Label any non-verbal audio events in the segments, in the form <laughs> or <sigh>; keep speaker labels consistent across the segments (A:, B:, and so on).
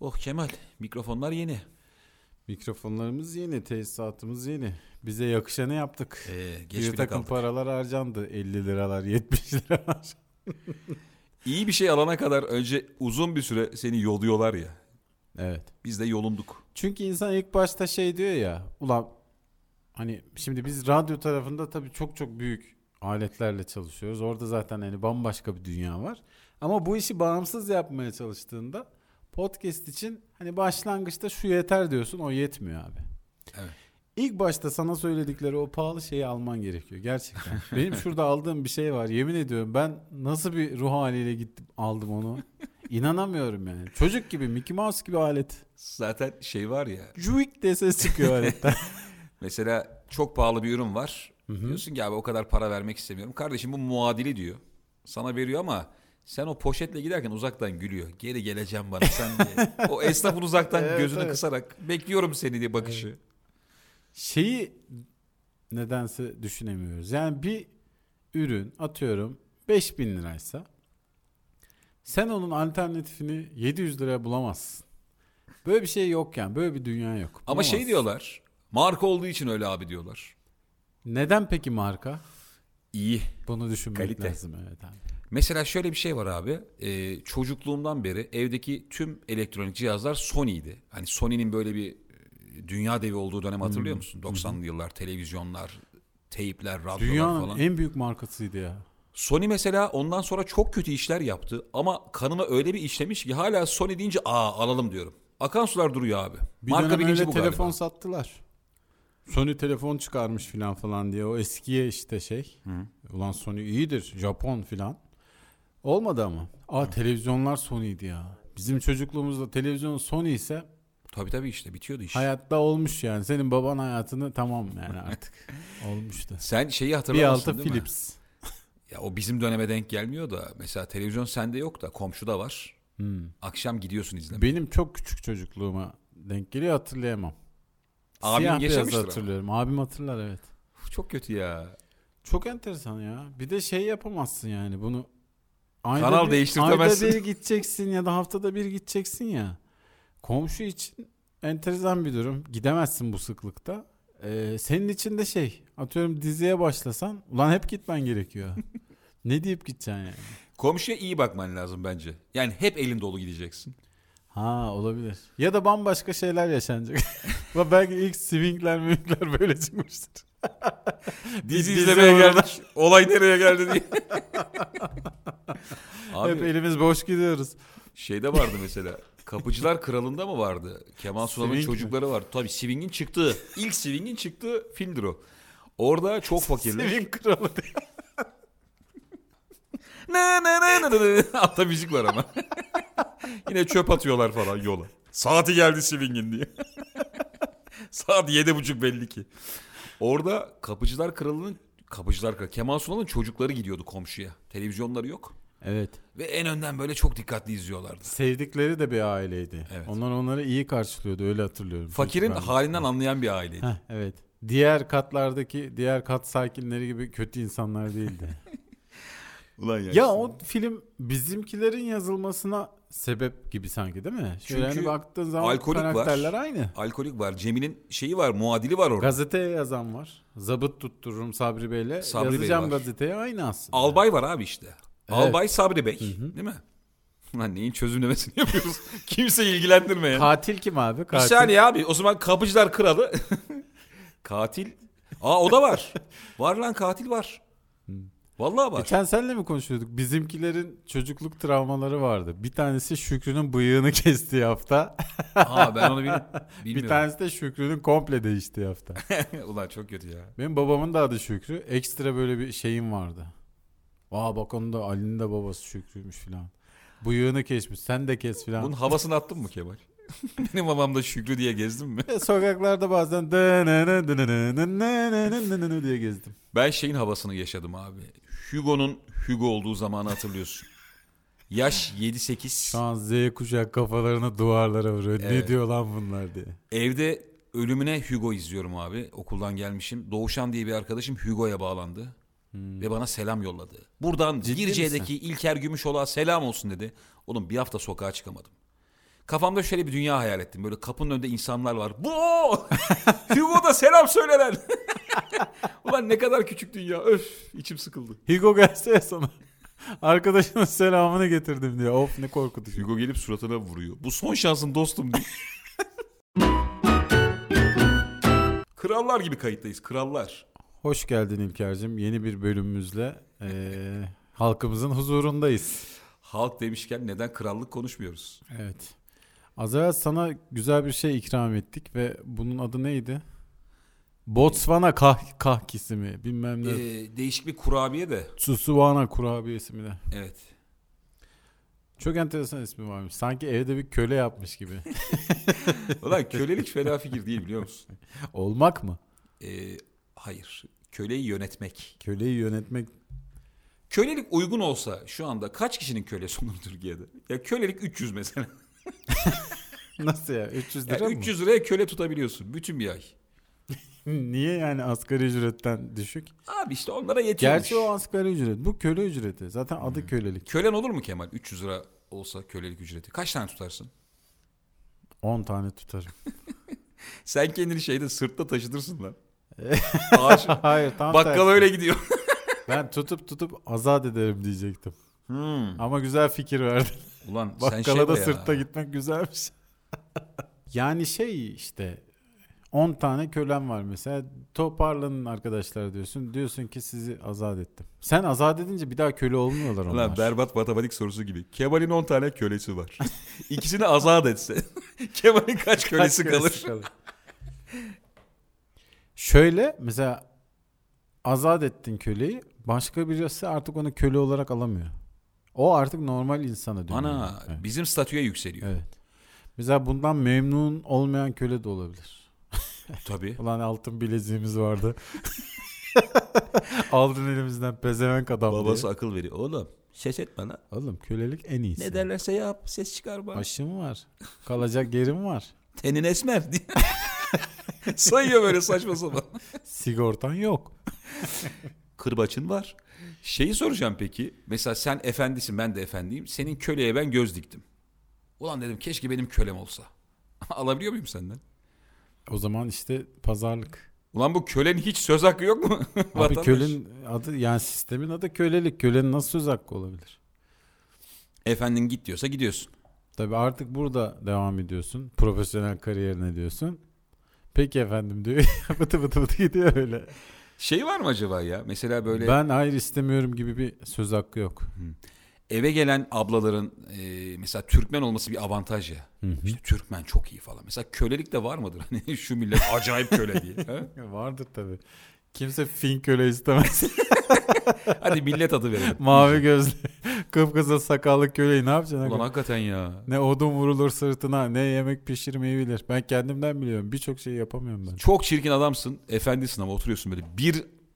A: Oh Kemal mikrofonlar yeni.
B: Mikrofonlarımız yeni, tesisatımız yeni. Bize yakışanı yaptık.
A: Ee, geç
B: bir
A: bile
B: takım
A: kaldık.
B: paralar harcandı. 50 liralar, 70 liralar.
A: İyi bir şey alana kadar önce uzun bir süre seni yoluyorlar ya.
B: evet.
A: Biz de yolunduk.
B: Çünkü insan ilk başta şey diyor ya. Ulan hani şimdi biz radyo tarafında tabii çok çok büyük aletlerle çalışıyoruz. Orada zaten hani bambaşka bir dünya var. Ama bu işi bağımsız yapmaya çalıştığında podcast için hani başlangıçta şu yeter diyorsun o yetmiyor abi.
A: Evet.
B: İlk başta sana söyledikleri o pahalı şeyi alman gerekiyor gerçekten. Benim şurada aldığım bir şey var yemin ediyorum ben nasıl bir ruh haliyle gittim aldım onu. İnanamıyorum yani. Çocuk gibi Mickey Mouse gibi alet.
A: Zaten şey var ya.
B: Cuik diye ses çıkıyor aletten.
A: Mesela çok pahalı bir ürün var. Diyorsun ki abi o kadar para vermek istemiyorum. Kardeşim bu muadili diyor. Sana veriyor ama sen o poşetle giderken uzaktan gülüyor. Geri geleceğim bana sen diye.
B: <laughs>
A: o esnafın uzaktan
B: Evet,
A: gözünü
B: evet.
A: kısarak bekliyorum seni diye bakışı.
B: <laughs> Şeyi nedense düşünemiyoruz. Yani bir ürün atıyorum 5000 liraysa sen onun alternatifini 700 liraya bulamazsın. Böyle bir şey yok yani. Böyle bir dünya yok.
A: Ama
B: Bulamazsın.
A: şey diyorlar. Marka olduğu için öyle abi diyorlar.
B: Neden peki marka?
A: İyi.
B: Bunu düşünmek
A: Kalite.
B: lazım evet abi.
A: Mesela şöyle bir şey var abi. Ee, çocukluğumdan beri evdeki tüm elektronik cihazlar Sony'ydi. Hani Sony'nin böyle bir e, dünya devi olduğu dönemi hatırlıyor musun? 90'lı yıllar, televizyonlar, teypler, radyolar
B: Dünyanın
A: falan.
B: en büyük markasıydı ya.
A: Sony mesela ondan sonra çok kötü işler yaptı ama kanıma öyle bir işlemiş ki hala Sony deyince aa alalım diyorum. Akan sular duruyor abi.
B: Bir
A: Marka
B: dönem
A: bilinci
B: öyle
A: bu
B: telefon
A: galiba.
B: sattılar. Sony telefon çıkarmış filan falan diye. O eskiye işte şey. Ulan Sony iyidir. Japon filan. Olmadı ama. Aa televizyonlar Sony'ydi ya. Bizim çocukluğumuzda televizyon Sony ise
A: Tabii tabii işte bitiyordu iş.
B: hayatta olmuş yani. Senin baban hayatını tamam yani artık.
A: <laughs>
B: Olmuştu.
A: Sen şeyi
B: Bir
A: hatırlamıyorsun
B: altı
A: değil mi?
B: Philips.
A: Ya o bizim döneme denk gelmiyor da mesela televizyon sende yok da komşuda var.
B: Hmm.
A: Akşam gidiyorsun izlemeye.
B: Benim çok küçük çocukluğuma denk geliyor hatırlayamam.
A: Abim
B: Siyah beyaz
A: yaşamıştır ama.
B: hatırlıyorum. Abim hatırlar evet.
A: Uf, Çok kötü ya.
B: Çok enteresan ya. Bir de şey yapamazsın yani bunu ayda
A: Kanal
B: bir,
A: değiştirtemezsin.
B: Ayda bir gideceksin ya da haftada bir gideceksin ya. Komşu için enteresan bir durum. Gidemezsin bu sıklıkta. Ee, senin için de şey atıyorum diziye başlasan ulan hep gitmen
A: <laughs>
B: gerekiyor. ne deyip gideceksin yani?
A: Komşuya iyi bakman lazım bence. Yani hep elin dolu
B: <laughs>
A: gideceksin.
B: Ha olabilir. Ya da bambaşka şeyler yaşanacak. <laughs> Ulan Belki ilk swingler mimikler böyle çıkmıştır.
A: Dizi
B: dizi
A: izlemeye
B: orada.
A: geldik. <laughs> Olay nereye geldi diye.
B: <laughs> Hep
A: Abi
B: elimiz boş gidiyoruz.
A: şeyde vardı mesela. Kapıcılar Kralı'nda mı vardı? Kemal Sunal'ın
B: Swing mi?
A: çocukları vardı. Tabii Swing'in çıktığı. ilk Swing'in çıktığı filmdir o. Orada çok fakirler.
B: Swing kralı diye.
A: Ne ne ne ne ne. <laughs> Altta müzik var <laughs> ama. Yine çöp atıyorlar falan yola. Saati geldi swing'in diye. <laughs> Saat yedi buçuk belli ki. Orada Kapıcılar Kralı'nın Kapıcılar Kralı Kemal Sunal'ın çocukları gidiyordu komşuya. Televizyonları yok.
B: Evet.
A: Ve en önden böyle çok dikkatli izliyorlardı.
B: Sevdikleri de bir aileydi.
A: Evet.
B: Onlar onları iyi karşılıyordu öyle hatırlıyorum.
A: Fakirin
B: Çocuklar.
A: halinden anlayan bir aileydi.
B: Heh, evet. Diğer katlardaki diğer kat sakinleri gibi kötü
A: <laughs>
B: insanlar değildi.
A: Ulan
B: ya o film bizimkilerin yazılmasına sebep gibi sanki değil mi? Şöyle
A: Çünkü
B: hani baktığın zaman
A: alkolik var.
B: karakterler aynı.
A: Alkolik var. Cemil'in şeyi var. Muadili var orada.
B: Gazeteye yazan var. Zabıt tuttururum Sabri Bey'le.
A: Sabri Bey
B: Yazacağım
A: var.
B: gazeteye aynı aslında.
A: Albay var abi işte. Albay Sabri Bey.
B: hı.
A: Değil mi? Lan neyin çözümlemesini <laughs> yapıyoruz? Kimse ilgilendirmeyen.
B: Katil kim abi?
A: Bir
B: Katil.
A: saniye abi o zaman kapıcılar kralı. <laughs> katil. Aa o da var. Var lan katil var. Vallahi var.
B: Geçen senle E, mi konuşuyorduk? Bizimkilerin çocukluk travmaları vardı. Bir tanesi Şükrü'nün bıyığını <laughs> kestiği hafta.
A: Aa ben onu bilmiyorum. <laughs>
B: Bir
A: bilmiyorum.
B: tanesi de Şükrü'nün komple
A: <laughs>
B: değiştiği hafta.
A: Ulan çok kötü ya.
B: Benim babamın da adı Şükrü. Ekstra böyle bir şeyim vardı. Aa bak onun da Ali'nin de babası Şükrü'ymüş filan. Bıyığını kesmiş. Sen de kes filan.
A: Bunun havasını attın mı Kemal? <laughs> Benim babam da Şükrü diye gezdim mi?
B: Ve E, Sokaklarda bazen dınını dınını dınını dınını diye gezdim.
A: Ben şeyin havasını yaşadım abi. Hugo'nun Hugo olduğu zamanı hatırlıyorsun. Yaş 7-8.
B: Şu an Z kuşak kafalarını duvarlara vuruyor.
A: Evet.
B: Ne diyor lan bunlar diye.
A: Evde ölümüne Hugo izliyorum abi. Okuldan gelmişim. Doğuşan diye bir arkadaşım Hugo'ya bağlandı. Ve bana selam yolladı. Buradan
B: Ciddi
A: Girce'deki İlker Gümüşoğlu'na selam olsun dedi. Oğlum bir hafta sokağa çıkamadım. Kafamda şöyle bir dünya hayal ettim. Böyle kapının önünde insanlar var. Bu! <laughs> o! Hugo da selam söylenen. <laughs> Ulan ne kadar küçük dünya. Öf içim sıkıldı.
B: Hugo gelse ya sana. Arkadaşının selamını getirdim diyor. Of ne korkutucu.
A: Hugo gelip suratına vuruyor. Bu son şansın dostum diyor. <laughs> Krallar gibi kayıttayız. Krallar.
B: Hoş geldin İlker'cim. Yeni bir bölümümüzle eee, halkımızın huzurundayız.
A: Halk demişken neden krallık konuşmuyoruz?
B: Evet. Az evvel sana güzel bir şey ikram ettik ve bunun adı neydi? Botswana kah kahkisi mi? Bilmem ne.
A: Ee, değişik bir kurabiye de.
B: Susuvana kurabiyesi mi ne?
A: Evet.
B: Çok enteresan ismi varmış. Sanki evde bir köle
A: <laughs>
B: yapmış gibi.
A: Ulan kölelik fena fikir değil biliyor musun?
B: Olmak mı?
A: Ee, hayır. Köleyi yönetmek.
B: Köleyi yönetmek
A: Kölelik uygun olsa şu anda kaç kişinin kölesi olur Türkiye'de? Ya kölelik 300 mesela.
B: nasıl ya? 300
A: Yani
B: lira mı?
A: 300 liraya köle tutabiliyorsun bütün bir ay.
B: Niye yani asgari ücretten düşük?
A: Abi işte onlara yetiyormuş.
B: Gerçi o asgari ücret. Bu köle ücreti. Zaten
A: Hmm.
B: adı kölelik.
A: Kölen olur mu Kemal? 300 lira olsa kölelik ücreti. Kaç tane tutarsın?
B: 10
A: <laughs>
B: tane tutarım.
A: Sen kendini şeyde sırtta taşıtırsın
B: <laughs>
A: lan. Ağaç,
B: Hayır tam
A: bakkala
B: tersi.
A: öyle gidiyor.
B: Ben tutup tutup azat ederim diyecektim.
A: Hmm.
B: Ama güzel fikir verdin.
A: Ulan sen şey
B: Bakkala da
A: ya.
B: sırtta gitmek güzelmiş. <laughs> yani şey işte 10 tane kölen var mesela. Toparlanın arkadaşlar diyorsun. Diyorsun ki sizi azat ettim. Sen azat edince bir daha köle olmuyorlar onlar.
A: Ulan berbat matematik sorusu gibi. Kemal'in 10 tane kölesi var. <laughs> İkisini azat etse <laughs> Kemal'in kaç kölesi
B: Kaç
A: kalır?
B: Şöyle mesela azat ettin köleyi. Başka birisi artık onu köle olarak alamıyor. O artık normal insana
A: <laughs>
B: dönüyor.
A: Ana
B: Evet.
A: bizim statüye yükseliyor.
B: evet. Mesela bundan memnun olmayan köle de olabilir.
A: Tabii.
B: Ulan altın
A: <laughs>
B: bileziğimiz vardı. Aldın elimizden pezevenk adam
A: Babası
B: diye.
A: akıl veriyor. Oğlum ses et bana.
B: Oğlum kölelik en iyisi.
A: Ne derlerse yap ses çıkarma.
B: Aşı mı var? Kalacak yerim var.
A: Tenin <laughs> esmer diye. Sayıyor böyle saçma sapan.
B: Sigortan yok.
A: Kırbaçın var. Şeyi soracağım peki. Mesela sen efendisin ben de efendiyim. Senin köleye ben göz diktim. Ulan dedim keşke benim kölem olsa. <laughs> Alabiliyor muyum senden?
B: O zaman işte pazarlık.
A: Ulan bu kölenin hiç söz hakkı yok mu? <laughs>
B: Abi
A: Vatandaş.
B: kölenin adı yani sistemin adı kölelik. Kölenin nasıl söz hakkı olabilir?
A: Efendin git diyorsa gidiyorsun.
B: Tabii artık burada devam ediyorsun. Profesyonel kariyerine diyorsun. Peki efendim diyor. <laughs> bıtı bıtı bıtı gidiyor öyle.
A: Şey var mı acaba ya? Mesela böyle
B: Ben hayır istemiyorum gibi bir söz hakkı yok.
A: eve gelen ablaların e, mesela Türkmen olması bir avantaj ya. İşte Türkmen çok iyi falan. Mesela kölelik de var mıdır? <laughs> Hani şu millet acayip köle diye. ha?
B: Vardır tabii. Kimse fin köle istemez.
A: Hadi millet adı
B: <laughs>
A: verelim.
B: Mavi gözlü, kıpkızıl sakallı köleyi ne yapacaksın?
A: Ulan hakikaten ya.
B: Ne odun vurulur sırtına, ne yemek pişirmeyi bilir. Ben kendimden biliyorum. Birçok şeyi yapamıyorum ben.
A: Çok çirkin adamsın. Efendisin ama oturuyorsun böyle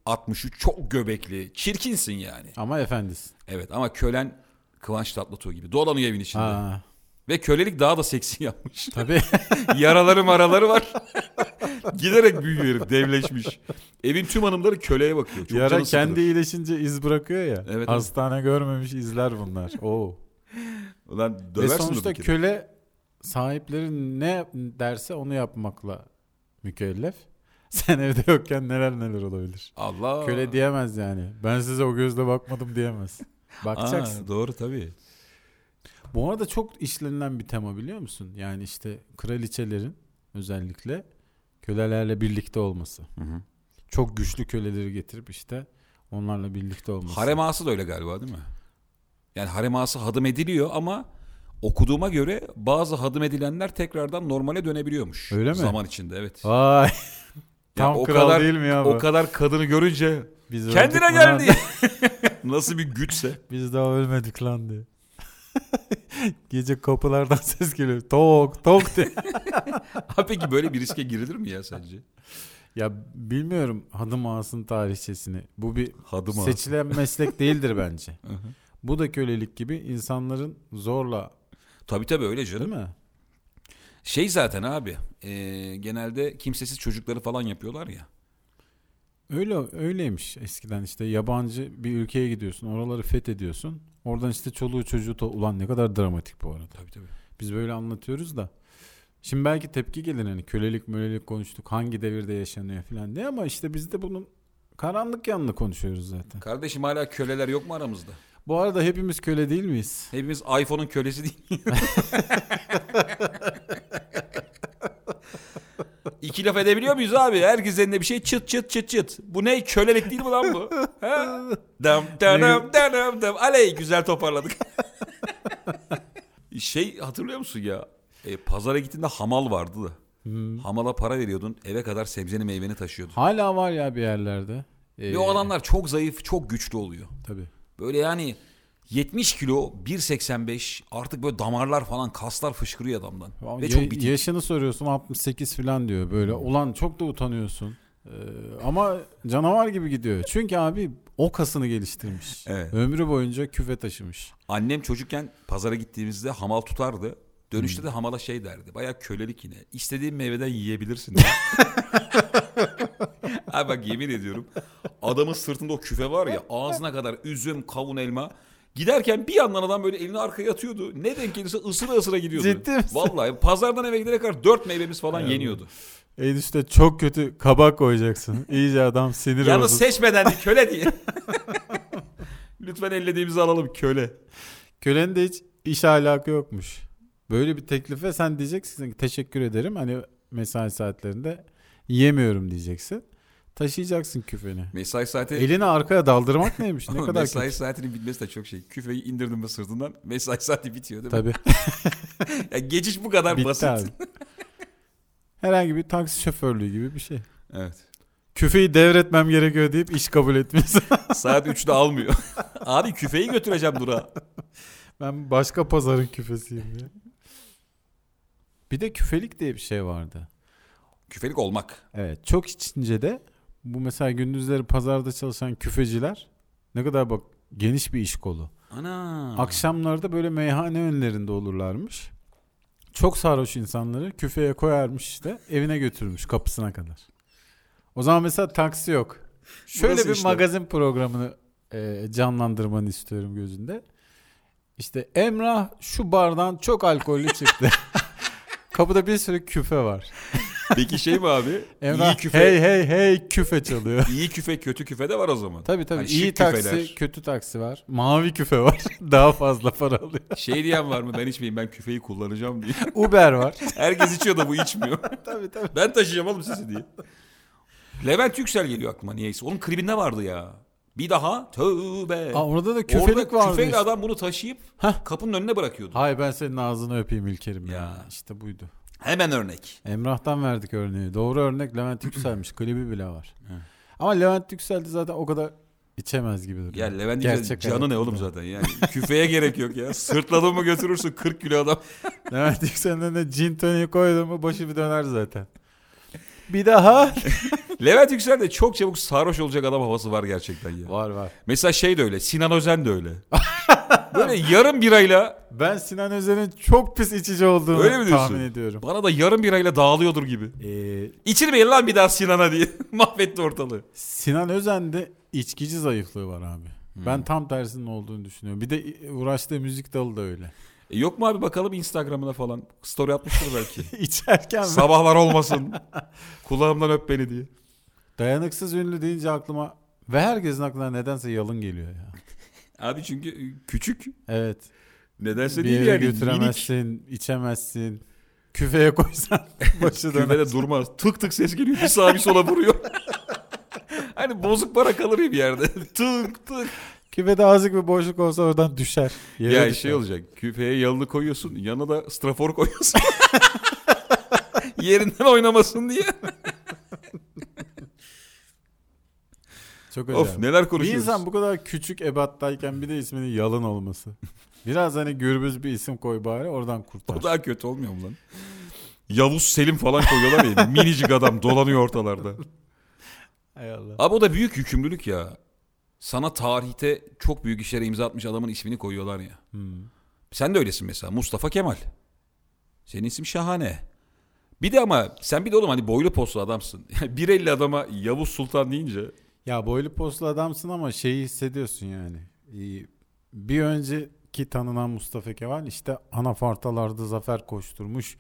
A: 1.63 çok göbekli. Çirkinsin yani.
B: Ama efendisin.
A: Evet ama kölen Kıvanç Tatlıtuğ gibi. Dolanıyor evin içinde. <laughs>
B: Ha,
A: Ve kölelik daha da seksi yapmış.
B: tabii.
A: Yaraları maraları var. <laughs> Giderek büyüyor herif, devleşmiş. Evin tüm hanımları köleye bakıyor. Çok
B: Yara
A: canı
B: kendi
A: sıkılır.
B: iyileşince iz bırakıyor ya.
A: evet.
B: hastane görmemiş
A: <laughs>
B: izler bunlar. Oo.
A: Ulan
B: Ve
A: döversin
B: sonuçta
A: durduk yere.
B: köle sahipleri ne derse onu yapmakla mükellef. <laughs> Sen evde yokken neler neler olabilir.
A: Allah.
B: Köle diyemez yani. Ben size o gözle bakmadım diyemez.
A: <laughs> Aa,
B: Bakacaksın.
A: doğru tabii.
B: Bu arada çok işlenilen bir tema biliyor musun? Yani işte kraliçelerin özellikle kölelerle birlikte olması. Çok güçlü köleleri getirip işte onlarla birlikte olması.
A: Harem ağası da öyle galiba değil mi? Yani harem ağası hadım ediliyor ama okuduğuma göre bazı hadım edilenler tekrardan normale dönebiliyormuş.
B: Öyle mi?
A: Zaman içinde evet.
B: Vay.
A: <laughs> Ya
B: Tam
A: o
B: kral
A: kadar-
B: değil mi ya bu?
A: O kadar kadını görünce
B: Biz
A: kendine
B: öldük lan.
A: geldi. <laughs> Nasıl bir güçse.
B: Biz daha ölmedik lan diye. <laughs> Gece kapılardan ses geliyor. Tok
A: <laughs>
B: tok diye.
A: Ha peki böyle bir riske girilir mi ya sence?
B: ya bilmiyorum hadım ağasının tarihçesini. Bu bir
A: Hadım ağası.
B: seçilen meslek değildir bence.
A: Hı hı.
B: Bu da kölelik gibi insanların zorla
A: Tabii tabii öyle canım.
B: değil mi?
A: Şey zaten abi e, genelde kimsesiz çocukları falan yapıyorlar ya.
B: Öyle öyleymiş eskiden işte yabancı bir ülkeye gidiyorsun oraları fethediyorsun. Oradan işte çoluğu çocuğu to- ulan ne kadar dramatik bu arada.
A: Tabii tabii.
B: Biz böyle anlatıyoruz da. Şimdi belki tepki gelir hani kölelik mölelik konuştuk hangi devirde yaşanıyor falan diye ama işte biz de bunun karanlık yanını konuşuyoruz zaten.
A: Kardeşim hala köleler yok mu aramızda?
B: Bu arada hepimiz köle değil miyiz?
A: Hepimiz iPhone'un kölesi değil. <laughs> İki laf edebiliyor muyuz abi? Herkes elinde bir şey çıt çıt çıt çıt. Bu ne? Kölelik değil mi lan bu? Ha? Dam dam dam dam. Aley güzel toparladık. <laughs> şey hatırlıyor musun ya? E, pazara gittiğinde hamal vardı da. Hamala para veriyordun. Eve kadar sebzeni meyveni taşıyordu.
B: Hala var ya bir yerlerde. Ee,
A: Ve o adamlar çok zayıf, çok güçlü oluyor.
B: Tabii.
A: Böyle yani 70 kilo 1.85 artık böyle damarlar falan kaslar fışkırıyor adamdan.
B: Ama
A: Ve
B: ya-
A: çok bitik. Hmm.
B: Yaşını soruyorsun 68 falan diyor böyle. Ulan çok da utanıyorsun. Ee, ama canavar gibi gidiyor. Çünkü abi o kasını geliştirmiş.
A: Evet.
B: Ömrü boyunca küfe taşımış.
A: Annem çocukken pazara gittiğimizde hamal tutardı. Dönüşte
B: Hmm.
A: de hamala şey derdi. Bayağı kölelik yine. İstediğin meyveden yiyebilirsin. <laughs> Abi bak yemin ediyorum. Adamın sırtında o küfe var ya ağzına kadar üzüm, kavun, elma. Giderken bir yandan adam böyle elini arkaya atıyordu. Ne denk gelirse ısıra ısıra gidiyordu.
B: Ciddi misin?
A: Vallahi pazardan eve gidene kadar dört meyvemiz falan yeniyordu.
B: En üstte çok kötü kabak koyacaksın.
A: <laughs>
B: İyice adam sinir oldu.
A: Yalnız seçmeden de köle
B: <laughs>
A: diye. Lütfen ellediğimizi alalım köle.
B: Kölenin de hiç iş alakı yokmuş. Böyle bir teklife sen diyeceksin ki teşekkür ederim. Hani mesai saatlerinde yiyemiyorum diyeceksin. Taşıyacaksın küfeni.
A: Mesai saati
B: Elini arkaya daldırmak neymiş? Ne
A: <laughs> Oğlum
B: kadar
A: mesai
B: kötü.
A: saatinin bitmesi de çok şey. Küfeyi indirdim ve sırtından mesai <laughs> saati bitiyor değil mi?
B: Tabii.
A: Ya geçiş bu kadar
B: Bitti
A: basit.
B: abi. Herhangi bir taksi şoförlüğü gibi bir şey.
A: Evet.
B: Küfeyi devretmem gerekiyor deyip iş kabul etmesi.
A: Saat 3'te almıyor. <laughs> abi küfeyi götüreceğim durağa.
B: <laughs> ben başka pazarın küfesiyim diye. Bir de küfelik diye bir şey vardı.
A: Küfelik olmak.
B: Evet çok içince de bu mesela gündüzleri pazarda çalışan küfeciler ne kadar bak geniş bir iş kolu.
A: Ana.
B: Akşamlarda böyle meyhane önlerinde olurlarmış. Çok sarhoş insanları küfeye koyarmış işte evine götürmüş kapısına kadar. O zaman mesela taksi yok. Şöyle
A: Burası
B: bir
A: işte.
B: magazin programını e, canlandırmanı istiyorum gözünde. İşte Emrah şu bardan çok alkollü çıktı. <laughs> Kapıda bir sürü küfe var.
A: Peki şey mi abi?
B: <laughs> Emrah
A: iyi küfe.
B: hey hey hey küfe çalıyor.
A: iyi küfe kötü küfe de var o zaman.
B: <laughs> Tabii tabii.
A: Hani şık
B: İyi taksi,
A: küfeler.
B: kötü taksi var. Mavi küfe var. <laughs> Daha fazla para alıyor.
A: Şey diyen var mı ben içmeyeyim ben küfeyi kullanacağım diye. <laughs>
B: Uber var.
A: Herkes içiyor da bu içmiyor.
B: <laughs> tabii tabii.
A: Ben taşıyacağım oğlum sizi diye. Levent Yüksel geliyor aklıma niyeyse. Onun klibinde vardı ya. Bir daha tövbe.
B: Aa, orada da küfelik
A: Orada
B: vardı.
A: küfeyle
B: işte.
A: adam bunu taşıyıp
B: Hah.
A: kapının önüne bırakıyordu.
B: Hay ben senin ağzını öpeyim İlkerim ya.
A: Ya.
B: İşte buydu.
A: Hemen örnek.
B: Emrah'tan verdik örneği. Doğru örnek
A: <clears throat>
B: Levent Yüksel'miş. Klibi bile var.
A: Evet.
B: Ama Levent Yüksel de zaten o kadar içemez gibi
A: Ya
B: duruyor.
A: Levent Yüksel
B: Gerçek
A: canı ne
B: hayatında.
A: oğlum zaten yani. Küfeye gerek yok ya. Sırtladın mı götürürsün 40 kilo adam.
B: <laughs> Levent Yüksel'in de cin toniği koydun mu başı bir döner zaten. Bir daha.
A: Levent Yüksel de çok çabuk sarhoş olacak adam havası <laughs> var gerçekten ya.
B: var var.
A: Mesela şey de öyle. Sinan Özen de
B: <laughs>
A: öyle. Böyle yarım birayla
B: Ben Sinan Özen'in çok pis içici olduğunu
A: Öyle mi diyorsun?
B: tahmin ediyorum.
A: bana da yarım birayla dağılıyordur gibi.
B: Ee,
A: İçirmeyin lan bir daha Sinan'a diye. <laughs> Mahvetti ortalığı.
B: Sinan Özen'de içkici zayıflığı var abi.
A: Hmm.
B: Ben tam tersinin olduğunu düşünüyorum. Bir de uğraştığı müzik dalı da öyle.
A: E yok mu abi bakalım Instagram'ına falan. Story atmıştır
B: <laughs>
A: belki.
B: İçerken mi?
A: Sabahlar olmasın. Kulağımdan öp beni diye.
B: Dayanıksız ünlü deyince aklıma ve herkesin aklına nedense yalın geliyor ya.
A: Abi çünkü e, küçük.
B: Evet.
A: Nedense
B: bir
A: değil
B: yere
A: yani. Minik.
B: götüremezsin, içemezsin. Küfeye koysan <laughs> başı döner.
A: Küvede durmaz. Tık tık ses geliyor. Bir sağa bir sola vuruyor. <laughs> hani bozuk para kalır ya bir yerde. <laughs> tık tık.
B: Küfede azıcık bir boşluk olsa oradan düşer. Yere
A: ya
B: düşer.
A: şey olacak. Küfeye yalını koyuyorsun. Yanına da strafor koyuyorsun. <laughs> Yerinden oynamasın diye.
B: Çok
A: of
B: acayip.
A: neler
B: bir
A: konuşuyoruz.
B: insan bu kadar küçük ebattayken bir de isminin yalın olması.
A: <laughs>
B: Biraz hani gürbüz bir isim koy bari oradan kurtar.
A: O daha kötü olmuyor mu lan? Yavuz Selim falan koyuyorlar ya. Minicik adam dolanıyor ortalarda.
B: Hay Allah.
A: Abi o da büyük yükümlülük ya. Sana tarihte çok büyük işlere imza atmış adamın ismini koyuyorlar ya.
B: Hmm.
A: Sen de öylesin mesela Mustafa Kemal. Senin isim şahane. Bir de ama sen bir de oğlum hani boylu poslu adamsın. <laughs> 1.50 adama Yavuz Sultan deyince
B: Ya boylu poslu adamsın ama şeyi hissediyorsun yani. Ee, Bir önceki ki tanınan Mustafa Kemal işte anafartalarda zafer koşturmuş.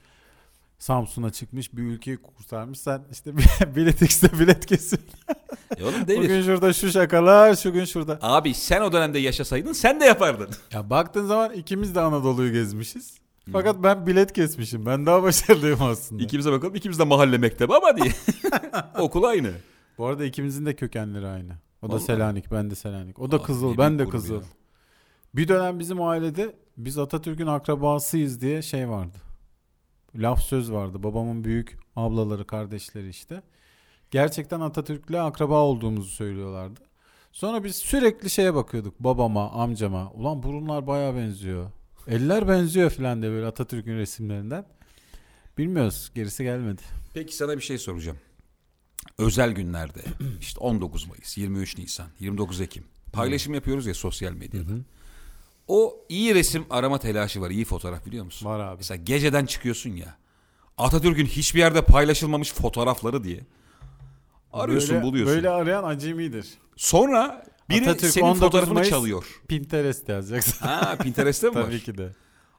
B: Samsun'a çıkmış bir ülkeyi kurtarmış. Sen işte <laughs> bilet X'de bilet kesin.
A: E oğlum delir.
B: Bugün şurada şu şakalar, şu gün şurada.
A: Abi sen o dönemde yaşasaydın sen de yapardın.
B: Ya baktığın zaman ikimiz de Anadolu'yu gezmişiz. Fakat ben bilet kesmişim. Ben daha başarılıyım
A: <laughs>
B: aslında.
A: İkimize bakalım ikimiz de mahalle mektebi ama diye. <laughs> Okul aynı.
B: Bu arada ikimizin de kökenleri aynı. O da
A: Vallahi.
B: Selanik, ben de Selanik. O da
A: Abi ne
B: Kızıl, ben de
A: büyük grubu
B: Kızıl.
A: ya.
B: Bir dönem bizim ailede biz Atatürk'ün akrabasıyız diye şey vardı. Laf söz vardı. Babamın büyük ablaları, kardeşleri işte. Gerçekten Atatürk'le akraba olduğumuzu söylüyorlardı. Sonra biz sürekli şeye bakıyorduk. Babama, amcama. Ulan burunlar baya benziyor. Eller benziyor filan diye böyle Atatürk'ün resimlerinden. Bilmiyoruz. Gerisi gelmedi.
A: Peki sana bir şey soracağım. Özel günlerde <clears throat> işte 19 Mayıs, 23 Nisan, 29 Ekim paylaşım yapıyoruz ya sosyal medyada. O iyi resim arama telaşı var, iyi fotoğraf biliyor musun?
B: Var abi.
A: Mesela geceden çıkıyorsun ya. Atatürk'ün hiçbir yerde paylaşılmamış fotoğrafları diye. Arıyorsun,
B: Böyle-
A: buluyorsun.
B: Böyle arayan acemidir.
A: Sonra biri
B: Atatürk
A: senin
B: 19
A: fotoğrafını
B: Mayıs. <laughs>
A: çalıyor.
B: Pinterest yazacaksın.
A: Ha Pinterest'te mi var?
B: Tabii ki de.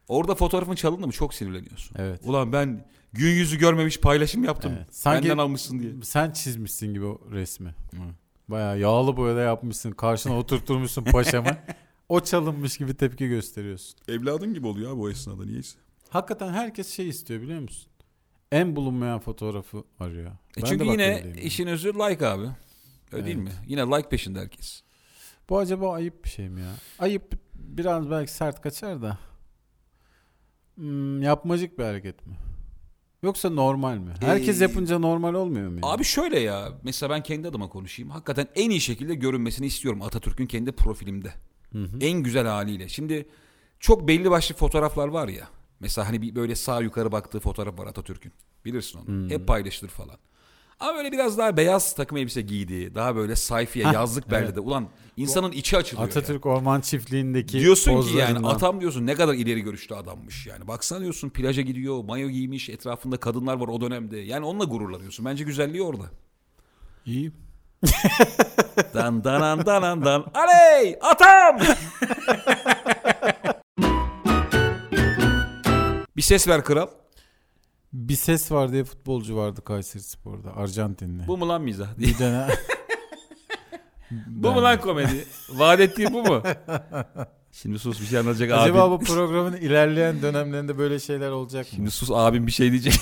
A: Orada fotoğrafın çalındı mı çok sinirleniyorsun.
B: Evet.
A: Ulan ben gün yüzü görmemiş paylaşım yaptım.
B: Evet. Sanki-
A: Benden almışsın diye.
B: Sen çizmişsin gibi o resmi. Bayağı yağlı boyada yapmışsın. Karşına oturtturmuşsun paşamı. O çalınmış gibi tepki gösteriyorsun.
A: Evladın gibi oluyor abi o esnada niyeyse.
B: Hakikaten herkes şey istiyor biliyor musun? En bulunmayan fotoğrafı arıyor.
A: E
B: Ben de
A: çünkü
B: bak
A: yine
B: öyleyim.
A: işin özü like abi. Öyle değil mi? Yine like peşinde herkes.
B: Bu acaba ayıp bir şey mi ya? Ayıp biraz belki sert kaçar da. Hmm, yapmacık bir hareket mi? Yoksa normal mi? Herkes
A: Ee,
B: yapınca normal olmuyor mu? yani?
A: Abi şöyle ya. Mesela ben kendi adıma konuşayım. Hakikaten en iyi şekilde görünmesini istiyorum Atatürk'ün kendi profilimde. En güzel haliyle. Şimdi çok belli başlı fotoğraflar var ya. Mesela hani bir böyle sağ yukarı baktığı fotoğraf var Atatürk'ün. Bilirsin onu. Hep paylaşılır falan. Ama böyle biraz daha beyaz takım elbise giydiği, daha böyle sayfiye yazlık belde de ulan insanın içi açılıyor. ya.
B: Atırk Orman Çiftliği'ndeki
A: Diyorsun ki
B: pozlarından.
A: yani atam diyorsun ne kadar ileri görüşlü adammış yani. Baksana diyorsun plaja gidiyor, mayo giymiş, etrafında kadınlar var o dönemde. Yani onunla gururlanıyorsun. Bence güzelliği orada.
B: İyi.
A: Dan danan danan dan. Aley! Atam! Bir ses ver kral.
B: Bir ses var diye futbolcu vardı Kayseri Spor'da. Arjantinli.
A: Bu mu lan mizah?
B: bir dönem. <laughs>
A: bu mu lan komedi? Vaat ettiği bu mu? Şimdi sus bir şey anlatacak abim.
B: Acaba bu programın ilerleyen dönemlerinde böyle şeyler olacak mı?
A: <laughs> Şimdi sus abim bir şey diyecek.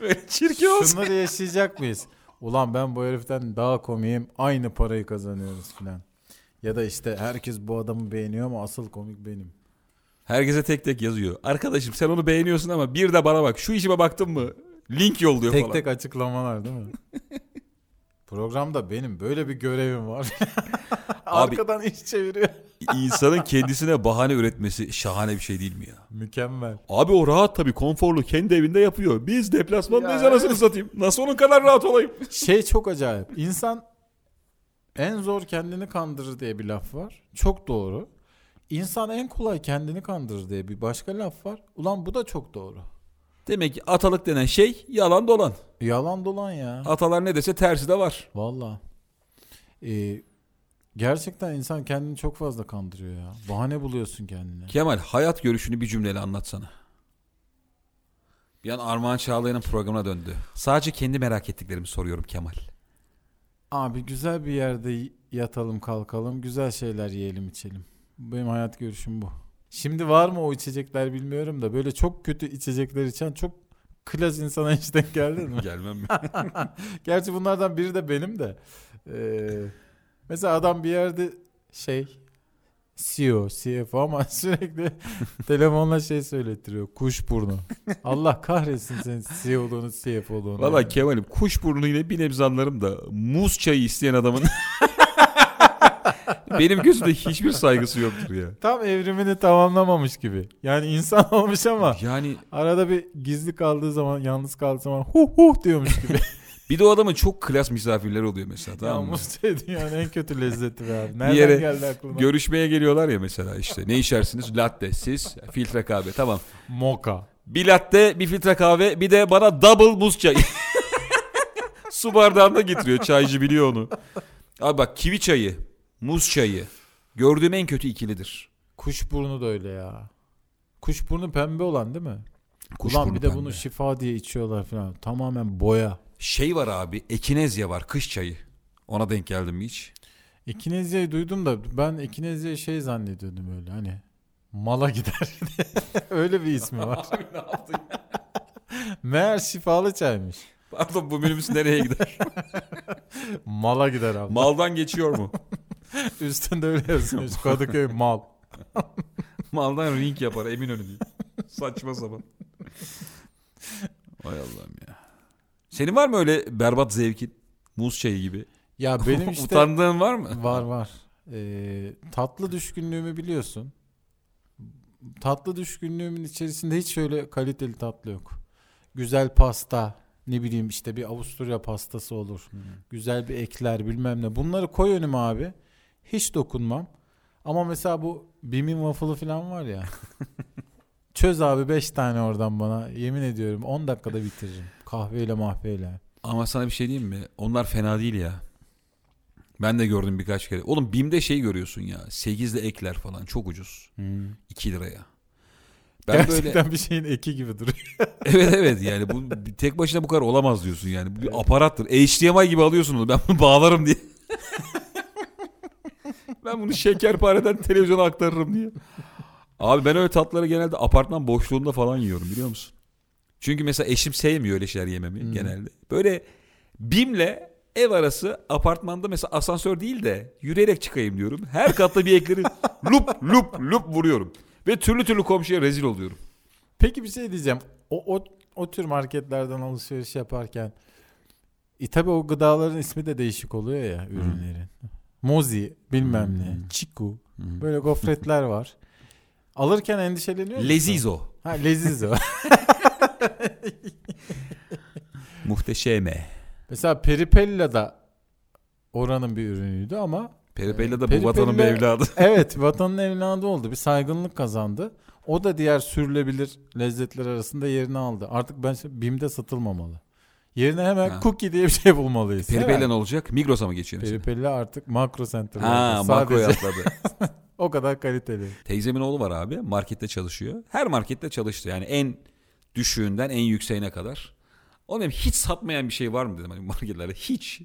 A: Böyle <laughs> çirkin olsun.
B: Şunları yaşayacak mıyız? Ulan ben bu heriften daha komiyim. Aynı parayı kazanıyoruz filan. Ya da işte herkes bu adamı beğeniyor ama asıl komik benim.
A: Herkese tek tek yazıyor. Arkadaşım sen onu beğeniyorsun ama bir de bana bak. Şu işime baktın mı? Link yolluyor
B: Tek
A: falan.
B: tek açıklamalar değil
A: <laughs>
B: mi? Programda benim böyle bir görevim var.
A: Abi-
B: <laughs> Arkadan iş çeviriyor.
A: İnsanın kendisine bahane üretmesi şahane bir şey değil mi ya?
B: Mükemmel.
A: Abi o rahat tabii konforlu kendi evinde yapıyor. Biz deplasmandayız
B: Ya.
A: anasını satayım. Nasıl onun kadar rahat olayım?
B: Şey çok acayip. İnsan en zor kendini kandırır diye bir laf var. Çok doğru. İnsan en kolay kendini kandırır diye bir başka laf var. Ulan bu da çok doğru.
A: Demek ki atalık denen şey yalan dolan.
B: Yalan dolan ya.
A: Atalar ne dese tersi de var.
B: Valla. Ee, gerçekten insan kendini çok fazla kandırıyor ya. Bahane buluyorsun kendine.
A: Kemal hayat görüşünü bir cümleyle anlatsana. Bir an Armağan Çağlayan'ın programına döndü. Sadece kendi merak ettiklerimi soruyorum Kemal.
B: Abi güzel bir yerde y- yatalım kalkalım. Güzel şeyler yiyelim içelim. Benim hayat görüşüm bu. Şimdi var mı o içecekler bilmiyorum da böyle çok kötü içecekler içen çok klas insana hiç denk geldin
A: <laughs>
B: mi? <laughs>
A: Gelmem <laughs> mi?
B: Gerçi bunlardan biri de benim de. Ee, mesela adam bir yerde şey E CEO, CFO ama <laughs> sürekli telefonla şey söylettiriyor. Kuş burnu. Allah kahretsin senin E CEO'luğunu, CFO'luğunu.
A: Valla Kemal'im kuş burnuyla bir nebze anlarım da muz çayı isteyen <laughs> adamın benim gözümde hiçbir saygısı yoktur ya.
B: Tam evrimini tamamlamamış gibi. Yani insan <laughs> olmuş ama
A: Yani
B: arada bir gizli kaldığı zaman, yalnız kaldığı zaman huh huh diyormuş gibi.
A: bir de o adamın çok klas misafirleri oluyor mesela <laughs>
B: ya
A: tamam mı?
B: Mustafa dünyanın en kötü lezzeti be abi. Nereden
A: yere
B: geldi aklına?
A: Görüşmeye geliyorlar ya mesela işte ne içersiniz? Latte siz filtre kahve tamam.
B: Moka.
A: Bir latte bir filtre kahve bir de bana double buz <laughs> çayı. Su bardağında getiriyor çaycı biliyor onu. Abi bak kivi çayı, muz çayı, Gördüğüm en kötü ikilidir.
B: Kuşburnu da öyle ya. Kuşburnu pembe olan değil mi? Ulan bir de bunu şifa diye içiyorlar falan. Tamamen boya.
A: Şey var abi ekinezya var kış çayı. Ona denk geldim mi hiç?
B: Ekinezya'yı duydum da ben Ekinezya'yı şey zannediyordum öyle hani mala gider <laughs> diye. öyle bir
A: <laughs>
B: ismi var.
A: ne yaptın?
B: Meğer şifalı çaymış.
A: Pardon bu minibüs nereye gider?
B: Mala gider abi.
A: Maldan geçiyor mu?
B: Üstünde öyle yazıyor. Kadıköy mal.
A: Maldan ring yapar Eminönü diye. Saçma sapan. Ay Allah'ım ya. Senin var mı öyle berbat zevkin? Muz çayı gibi.
B: Ya
A: <laughs>
B: benim işte
A: Utandığın var mı?
B: var var. Ee, tatlı düşkünlüğümü biliyorsun. Tatlı düşkünlüğümün içerisinde hiç şöyle kaliteli tatlı yok. Güzel pasta, ne bileyim işte bir Avusturya pastası olur. güzel bir ekler bilmem ne. Bunları koy önüme abi. Hiç dokunmam. Ama mesela bu Bim'in waffle'ı falan
A: <laughs>
B: var ya. çöz abi 5 tane oradan bana. Yemin ediyorum 10 dakikada bitiririm. Kahveyle mahveyle.
A: Ama sana bir şey diyeyim mi? Onlar fena değil ya. Ben de gördüm birkaç kere. Oğlum BİM'de şey görüyorsun ya. 8'li ekler falan çok ucuz. 2 liraya. Ben
B: Gerçekten
A: böyle
B: bir şeyin eki gibi duruyor.
A: <laughs> evet evet yani bu bir- tek başına bu kadar olamaz diyorsun yani. Bu bir aparattır. HDMI gibi alıyorsun onu. Ben bunu bağlarım diye. ben bunu şekerpareden televizyona aktarırım diye. Abi ben öyle tatları genelde apartman boşluğunda falan yiyorum biliyor musun? Çünkü mesela eşim sevmiyor öyle şeyler yememi
B: Hmm.
A: genelde. Böyle bimle ev arası apartmanda mesela asansör değil de yürüyerek çıkayım diyorum. Her katta bir ekleri lup lup lup vuruyorum. Ve türlü türlü komşuya rezil oluyorum.
B: Peki bir şey diyeceğim. O, o, o tür marketlerden alışveriş yaparken e tabi o gıdaların ismi de değişik oluyor ya ürünlerin. Mozi bilmem ne. Çiku. Böyle gofretler var. Alırken endişeleniyor musun?
A: Lezizo.
B: Ha leziz o. <laughs>
A: Muhteşeme.
B: Mesela Peripella da oranın bir ürünüydü ama
A: Peripella da bu
B: Peripella-
A: vatanın bir evladı.
B: evet vatanın evladı oldu. Bir saygınlık kazandı. O da diğer sürülebilir lezzetler arasında yerini aldı. Artık ben BİM'de satılmamalı. Yerine hemen
A: Ha.
B: cookie diye bir şey bulmalıyız.
A: Peripella ne olacak? Migros'a mı geçiyor mesela?
B: Peripella artık makro center.
A: Ha
B: oldu.
A: makroya
B: Sadece
A: atladı.
B: <laughs> o kadar kaliteli.
A: Teyzemin oğlu var abi markette çalışıyor. Her markette çalıştı yani en düşüğünden en yükseğine kadar. Oğlum dedim hiç satmayan bir şey var mı dedim hani marketlerde hiç.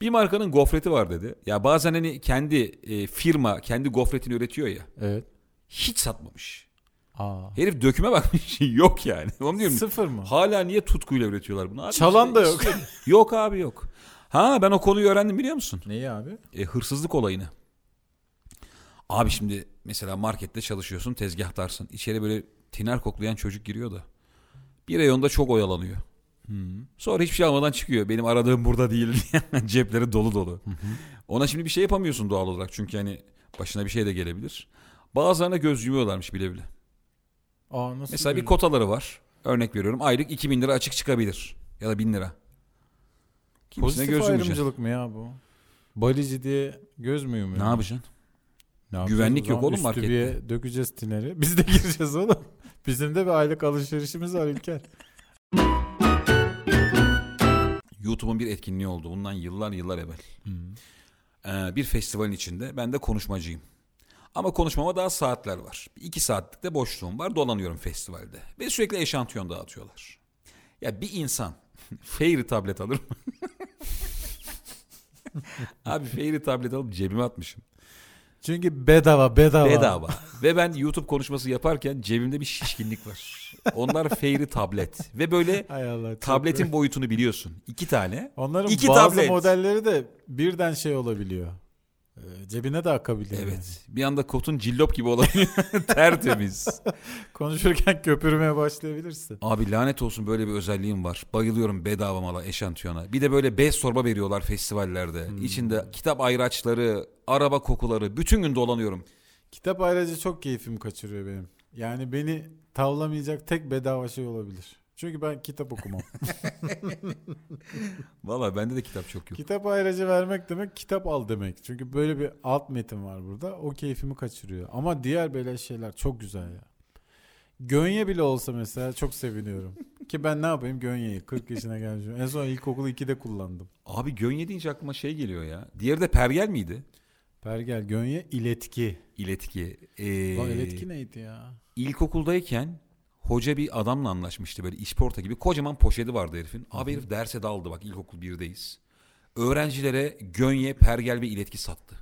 A: Bir markanın gofreti var dedi. Ya bazen hani kendi e, firma kendi gofretini üretiyor ya.
B: Evet.
A: Hiç satmamış.
B: Aa.
A: Herif döküme bakmış <laughs> yok yani. Onu diyorum.
B: Sıfır mı?
A: Hala niye tutkuyla üretiyorlar bunu? Abi
B: Çalan
A: işte <laughs>
B: da yok.
A: istiyor. yok abi yok. Ha ben o konuyu öğrendim biliyor musun?
B: Neyi abi?
A: E, hırsızlık olayını. Abi şimdi mesela markette çalışıyorsun tezgahtarsın. İçeri böyle tiner koklayan çocuk giriyor da. Bir reyonda çok oyalanıyor. Sonra hiçbir şey almadan çıkıyor. Benim aradığım burada değil. <laughs> Cepleri dolu dolu. Ona şimdi bir şey yapamıyorsun doğal olarak. Çünkü hani başına bir şey de gelebilir. Bazılarına göz yumuyorlarmış bile bile.
B: Aa nasıl?
A: Mesela bir
B: bir-
A: kotaları var. Örnek veriyorum. Aylık 2000 lira açık çıkabilir. Ya da 1000 lira. Kimisine
B: Pozitif
A: göz yumayacaksın.
B: ayrımcılık mı ya bu? Balici diye göz mü yumuyor?
A: Ne yapacaksın?
B: Ne yapacağız
A: Güvenlik
B: o
A: yok
B: zaman?
A: oğlum
B: Üst
A: markette.
B: tübüye dökeceğiz tineri. <laughs> Biz de gireceğiz oğlum. Bizim de bir aylık alışverişimiz var İlker.
A: YouTube'un bir etkinliği oldu. Bundan yıllar yıllar evvel. Ee, bir festivalin içinde. Ben de konuşmacıyım. Ama konuşmama daha saatler var. İki saatlik de boşluğum var. Dolanıyorum festivalde. Ve sürekli eşantiyon dağıtıyorlar. Ya bir insan <laughs> Fairy tablet alır mı? <laughs> Abi Fairy tablet alıp cebime atmışım.
B: Çünkü bedava bedava.
A: Bedava. Ve ben YouTube konuşması yaparken cebimde bir şişkinlik var. Onlar fairy tablet. Ve böyle
B: Hay Allah. çok-
A: tabletin boyutunu biliyorsun. İki tane.
B: <laughs> Onların
A: iki
B: bazı
A: tablet.
B: modelleri de birden şey olabiliyor. Ee, Cebine de akabiliyor. yani.
A: Evet. Bir anda kotun cillop gibi olabiliyor. <laughs> Tertemiz.
B: Konuşurken <laughs> köpürmeye başlayabilirsin.
A: Abi lanet olsun böyle bir özelliğim var. Bayılıyorum bedava mala eşantiyona. Bir de böyle bez torba veriyorlar festivallerde. İçinde kitap ayraçları, araba kokuları. Bütün gün dolanıyorum.
B: Kitap ayrıca çok keyfimi kaçırıyor benim. Yani beni tavlamayacak tek bedava şey olabilir. Çünkü ben kitap okumam.
A: Valla bende de kitap çok <laughs> yok.
B: kitap ayrıca vermek demek kitap al demek. Çünkü böyle bir alt metin var burada. O keyfimi kaçırıyor. Ama diğer böyle şeyler çok güzel ya. Gönye bile olsa mesela
A: <laughs>
B: çok seviniyorum. Ki ben ne yapayım Gönye'yi 40 yaşına gelmişim. En son ilkokul 2'de kullandım.
A: Abi gönye deyince aklıma şey geliyor ya. Diğeri de pergel miydi?
B: Pergel Gönye iletki.
A: İletki. Ee,
B: Lan iletki neydi ya?
A: İlkokuldayken hoca bir adamla anlaşmıştı böyle işporta gibi. Kocaman poşeti vardı herifin. Abi herif derse daldı bak ilkokul 1'deyiz. Öğrencilere gönye, pergel ve iletki <laughs> sattı.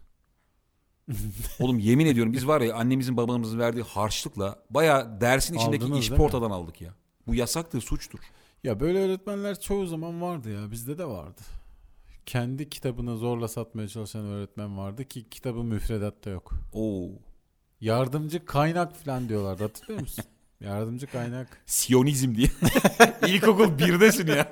A: Oğlum yemin ediyorum biz var ya annemizin babamızın verdiği harçlıkla baya dersin içindeki
B: Aldınız, değil mi?
A: işportadan aldık ya. Bu yasaktır, suçtur.
B: Ya böyle öğretmenler çoğu zaman vardı ya. Bizde de vardı. Kendi kitabını zorla satmaya çalışan öğretmen vardı ki kitabı müfredatta yok.
A: Oo.
B: Yardımcı kaynak falan diyorlardı hatırlıyor musun? Yardımcı kaynak.
A: Siyonizm <laughs> diye. İlkokul 1'desin ya.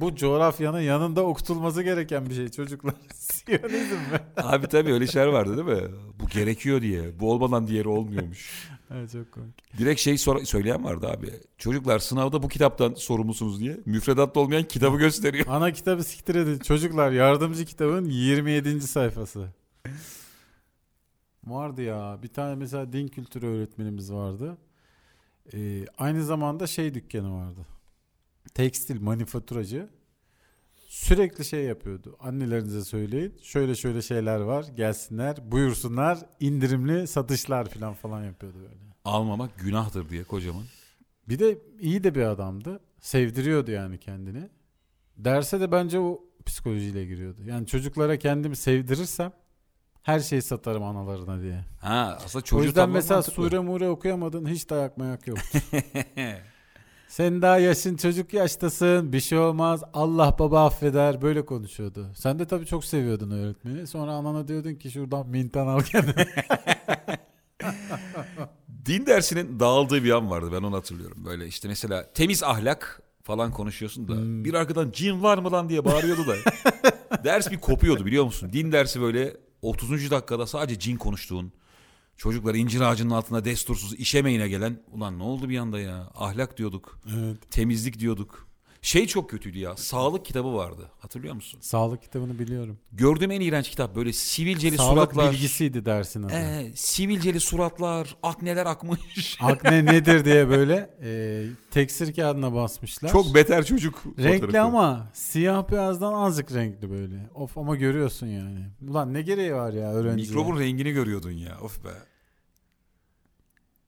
B: Bu coğrafyanın yanında okutulması gereken bir şey çocuklar. <laughs> Siyonizm mi?
A: Abi tabii öyle şeyler vardı değil mi? Bu gerekiyor diye. Bu olmadan diğeri olmuyormuş.
B: Evet çok komik.
A: Direkt şey sor- söyleyen vardı abi. Çocuklar sınavda bu kitaptan sorumlusunuz diye. Müfredatta olmayan kitabı gösteriyor.
B: Ana kitabı siktir edin. Çocuklar yardımcı kitabın 27. sayfası. Vardı ya. Bir tane mesela din kültürü öğretmenimiz vardı. Ee, aynı zamanda şey dükkanı vardı. Tekstil manifaturacı. Sürekli şey yapıyordu. Annelerinize söyleyin. Şöyle şöyle şeyler var. Gelsinler, buyursunlar. indirimli satışlar falan falan yapıyordu böyle.
A: Almamak günahtır diye kocaman.
B: Bir de iyi de bir adamdı. Sevdiriyordu yani kendini. Derse de bence o psikolojiyle giriyordu. Yani çocuklara kendimi sevdirirsem her şeyi satarım analarına diye.
A: Ha aslında
B: o
A: çocuğu
B: yüzden
A: tam
B: mesela
A: mantıklı.
B: sure mure okuyamadın hiç dayak mayak yok.
A: <laughs>
B: Sen daha yaşın çocuk yaştasın bir şey olmaz Allah baba affeder böyle konuşuyordu. Sen de tabii çok seviyordun öğretmeni. Sonra anana diyordun ki şuradan mintan al kendine.
A: Din dersinin dağıldığı bir an vardı ben onu hatırlıyorum. Böyle işte mesela temiz ahlak falan konuşuyorsun da
B: Hmm.
A: bir arkadan cin var mı lan diye bağırıyordu
B: <laughs>
A: da. Ders bir kopuyordu biliyor musun? Din dersi böyle 30. dakikada sadece cin konuştuğun. Çocuklar incir ağacının altında destursuz işemeyine gelen. Ulan ne oldu bir anda ya? Ahlak diyorduk.
B: evet.
A: temizlik diyorduk. Şey çok kötüydü ya. Sağlık kitabı vardı. Hatırlıyor musun?
B: <laughs> Sağlık kitabını biliyorum.
A: Gördüğüm en iğrenç kitap böyle sivilceli
B: Sağlık
A: suratlar.
B: bilgisiydi dersin adı.
A: Ee, sivilceli suratlar, akneler akmış.
B: Akne nedir diye böyle e, teksir kağıdına basmışlar.
A: çok beter çocuk.
B: renkli
A: fotoğrafı.
B: ama siyah beyazdan azıcık renkli böyle. Of ama görüyorsun yani. Ulan ne gereği var ya öğrenciye.
A: Mikrobun rengini görüyordun ya. Of be.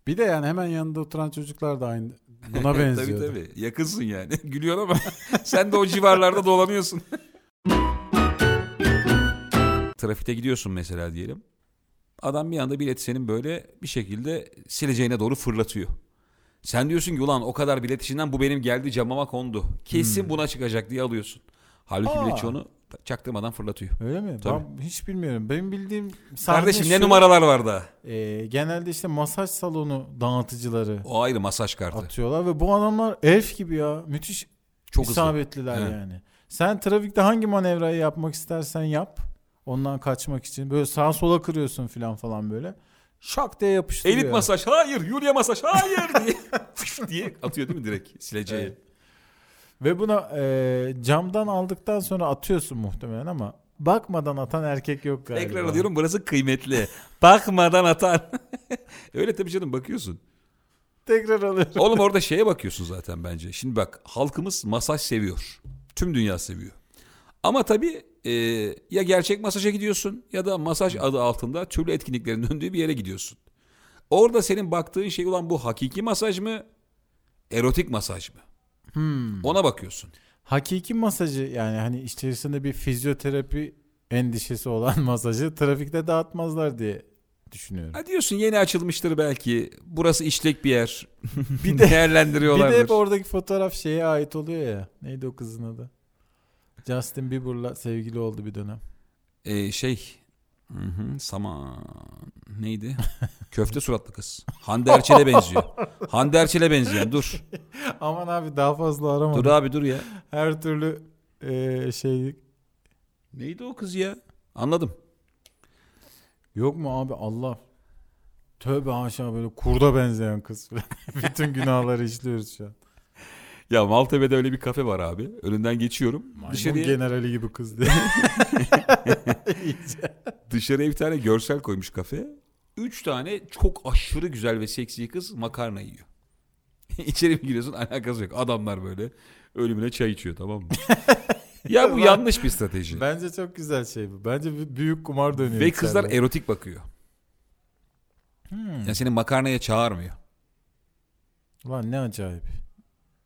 B: Bir de yani hemen yanında oturan çocuklar da aynı
A: <laughs>
B: buna
A: tabii
B: benziyordu.
A: tabii. Yakınsın yani. <laughs> Gülüyor ama sen de o civarlarda dolanıyorsun. <laughs> Trafikte gidiyorsun mesela diyelim. Adam bir anda bileti senin böyle bir şekilde sileceğine doğru fırlatıyor. Sen diyorsun ki ulan o kadar bilet içinden bu benim geldi camama kondu. Kesin buna çıkacak diye alıyorsun. Halbuki
B: Hmm. Aa.
A: biletçi onu çaktırmadan fırlatıyor.
B: Öyle mi?
A: Tabii.
B: Ben hiç bilmiyorum. Benim bildiğim sahne
A: Kardeşim ne
B: şu,
A: numaralar var da?
B: e, genelde işte masaj salonu dağıtıcıları
A: O ayrı masaj kartı.
B: atıyorlar ve bu adamlar elf gibi ya. Müthiş
A: Çok hızlı.
B: isabetliler
A: He.
B: yani. Sen trafikte hangi manevrayı yapmak istersen yap. Ondan kaçmak için. Böyle sağa sola kırıyorsun filan falan böyle. Şak diye yapıştırıyor.
A: Elit masaj hayır, Yulia masaj hayır
B: <laughs>
A: diye, fış diye atıyor değil mi direkt sileceğe?
B: Evet. Ve buna e, camdan aldıktan sonra atıyorsun muhtemelen ama bakmadan atan erkek yok galiba.
A: Tekrar alıyorum burası kıymetli. Bakmadan atar. <laughs> Öyle tabii canım bakıyorsun.
B: Tekrar alıyorum. <laughs>
A: Oğlum orada şeye bakıyorsun zaten bence. Şimdi bak halkımız masaj seviyor. Tüm dünya seviyor. Ama tabii e, ya gerçek masaja gidiyorsun ya da masaj adı altında türlü etkinliklerin döndüğü bir yere gidiyorsun. Orada senin baktığın şey ulan bu hakiki masaj mı? Erotik masaj mı?
B: Hmm.
A: Ona bakıyorsun.
B: Hakiki masajı yani hani içerisinde bir fizyoterapi endişesi olan masajı trafikte dağıtmazlar diye düşünüyorum.
A: Ha diyorsun yeni açılmıştır belki. Burası işlek bir yer.
B: Bir
A: bir
B: de- Bir
A: değerlendiriyorlardır.
B: de hep oradaki fotoğraf şeye ait oluyor ya. Neydi o kızın adı? Justin Bieber'la sevgili oldu bir dönem.
A: Ee, şey hı hı, Sama neydi? Köfte suratlı kız. Hande Erçel'e benziyor. Hande Erçel'e benziyor. Dur.
B: Aman abi daha fazla aramadım.
A: Dur abi dur ya.
B: Her türlü eee, şey
A: Neydi o kız ya? Anladım.
B: yok mu abi Allah. Tövbe haşa böyle kurda benzeyen kız falan. <laughs> Bütün günahları işliyoruz şu an.
A: Ya Maltepe'de öyle bir kafe var abi. Önünden geçiyorum.
B: Maymun
A: Dışarıya,
B: generali gibi kız diye.
A: dışarıya bir tane görsel koymuş kafe. Üç tane çok aşırı güzel ve seksi kız makarna yiyor. <laughs>
B: <laughs>
A: İçeri bir giriyorsun alakası yok. Adamlar böyle ölümüne çay içiyor tamam mı? Ya bu yanlış bir strateji.
B: <laughs> Bence çok güzel şey bu. Bence bir büyük kumar dönüyor.
A: Ve kızlar
B: içeride.
A: erotik bakıyor.
B: Hmm.
A: Yani seni makarnaya çağırmıyor. e-
B: Ulan ne acayip.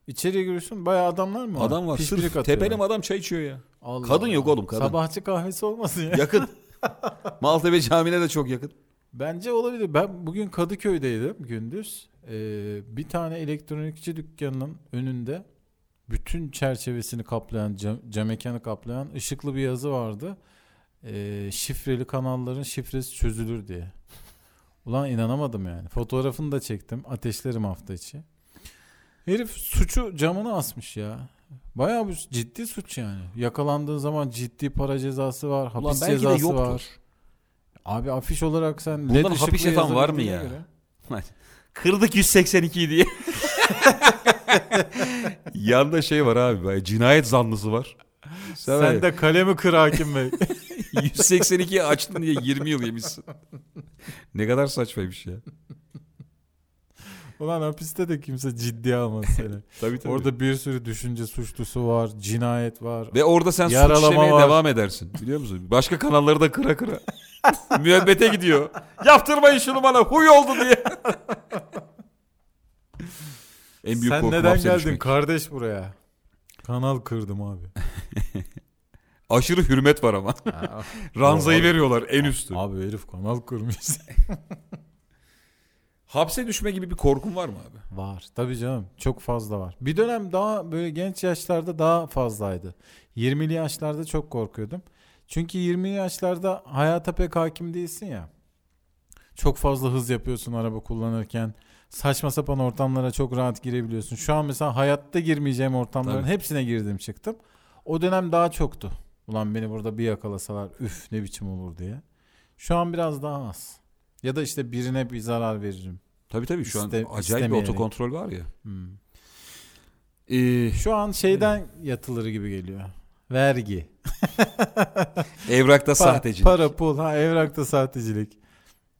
B: İçeriye giriyorsun bayağı adamlar mı var?
A: Adam var.
B: Pişpirik
A: Sırf
B: atıyorlar.
A: tepelim adam çay içiyor ya.
B: Allah
A: Kadın yok
B: Allah.
A: oğlum, kadın.
B: Sabahçı kahvesi olmasın ya. <laughs>
A: Yakın. Maltepe Camii'ne de çok yakın.
B: Bence olabilir. Ben bugün Kadıköy'deydim gündüz. Ee, bir tane elektronikçi dükkanının önünde bütün çerçevesini kaplayan, cam, cam mekanı kaplayan ışıklı bir yazı vardı. Ee, şifreli kanalların şifresi çözülür diye. Ulan inanamadım yani. Fotoğrafını da çektim. Ateşlerim hafta içi. Herif suçu camına asmış ya. Bayağı bu ciddi suç yani. Yakalandığın zaman ciddi para cezası var, hapis
A: Ulan belki de
B: cezası
A: yoktur.
B: var. Abi afiş olarak sen
A: Bundan
B: led
A: hapis
B: ışıklı
A: yapan var mı
B: yazılabildiğine
A: ya? Kırdık 182 <laughs> diye. Yanında şey var abi. böyle Cinayet zanlısı var. Sen,
B: Sen de kalemi kır hakim bey.
A: 182'yi açtın diye 20 yıl yemişsin. ne kadar saçmaymış ya.
B: <laughs> Ulan hapiste de kimse ciddiye almaz seni.
A: Tabii tabii.
B: Orada bir sürü düşünce suçlusu var, cinayet var.
A: Ve orada sen suç
B: Yaralama
A: işlemeye
B: var.
A: devam edersin. Biliyor musun? Başka kanalları da kıra kıra. <laughs> Müebbete gidiyor. Yaptırmayın şunu bana huy oldu <laughs> diye. en büyük
B: Sen
A: korkum
B: neden
A: hapse
B: geldin
A: düşmek.
B: kardeş buraya? Kanal kırdım abi.
A: Aşırı hürmet var <laughs> ama. Ranzayı
B: Abi-
A: veriyorlar en üstü.
B: abi herif kanal kırmış.
A: Hapse düşme gibi bir korkun var mı abi?
B: var. Tabii canım. Çok fazla var. Bir dönem daha böyle genç yaşlarda daha fazlaydı. 20'li yaşlarda çok korkuyordum. Çünkü 20'li yaşlarda hayata pek hakim değilsin ya. Çok fazla hız yapıyorsun araba kullanırken. Saçma sapan ortamlara çok rahat girebiliyorsun. Şu an mesela hayatta girmeyeceğim ortamların
A: Tabii.
B: hepsine girdim çıktım. O dönem daha çoktu. Ulan beni burada bir yakalasalar üf ne biçim olur diye. Şu an biraz daha az. Ya da işte birine bir zarar veririm.
A: Tabii tabii şu an
B: İste-
A: acayip bir
B: istemeyerek.
A: otokontrol var ya.
B: Hmm.
A: Ee,
B: Şu an şeyden yatılır gibi geliyor. Vergi.
A: evrakta
B: Pa-
A: sahtecilik.
B: Para, pul, ha evrakta sahtecilik.